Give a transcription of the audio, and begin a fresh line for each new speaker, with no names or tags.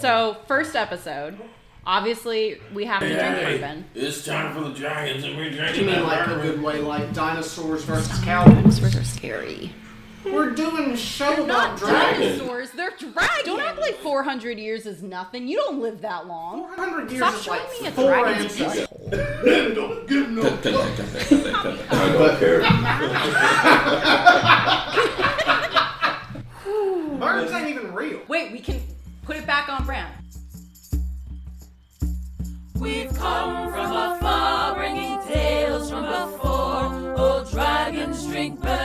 So first episode, obviously we have to drink
Hey,
bourbon.
It's time for the dragons, and we're
You
drinking
mean
that
like a
bourbon.
good way, like dinosaurs versus cowboys?
Dinosaurs are scary.
We're doing a show
Not
about dragons.
dinosaurs, they're dragons. Don't act like 400 years is nothing. You don't live that long.
400 years
Stop
is
showing
like
me a
four
dragon.
ancestors.
Don't give no I don't
But-
care.
Birds ain't even real.
Wait, we can put it back on brand.
We've come from afar, bringing tales from before. Old Oh, dragons drink bourbon.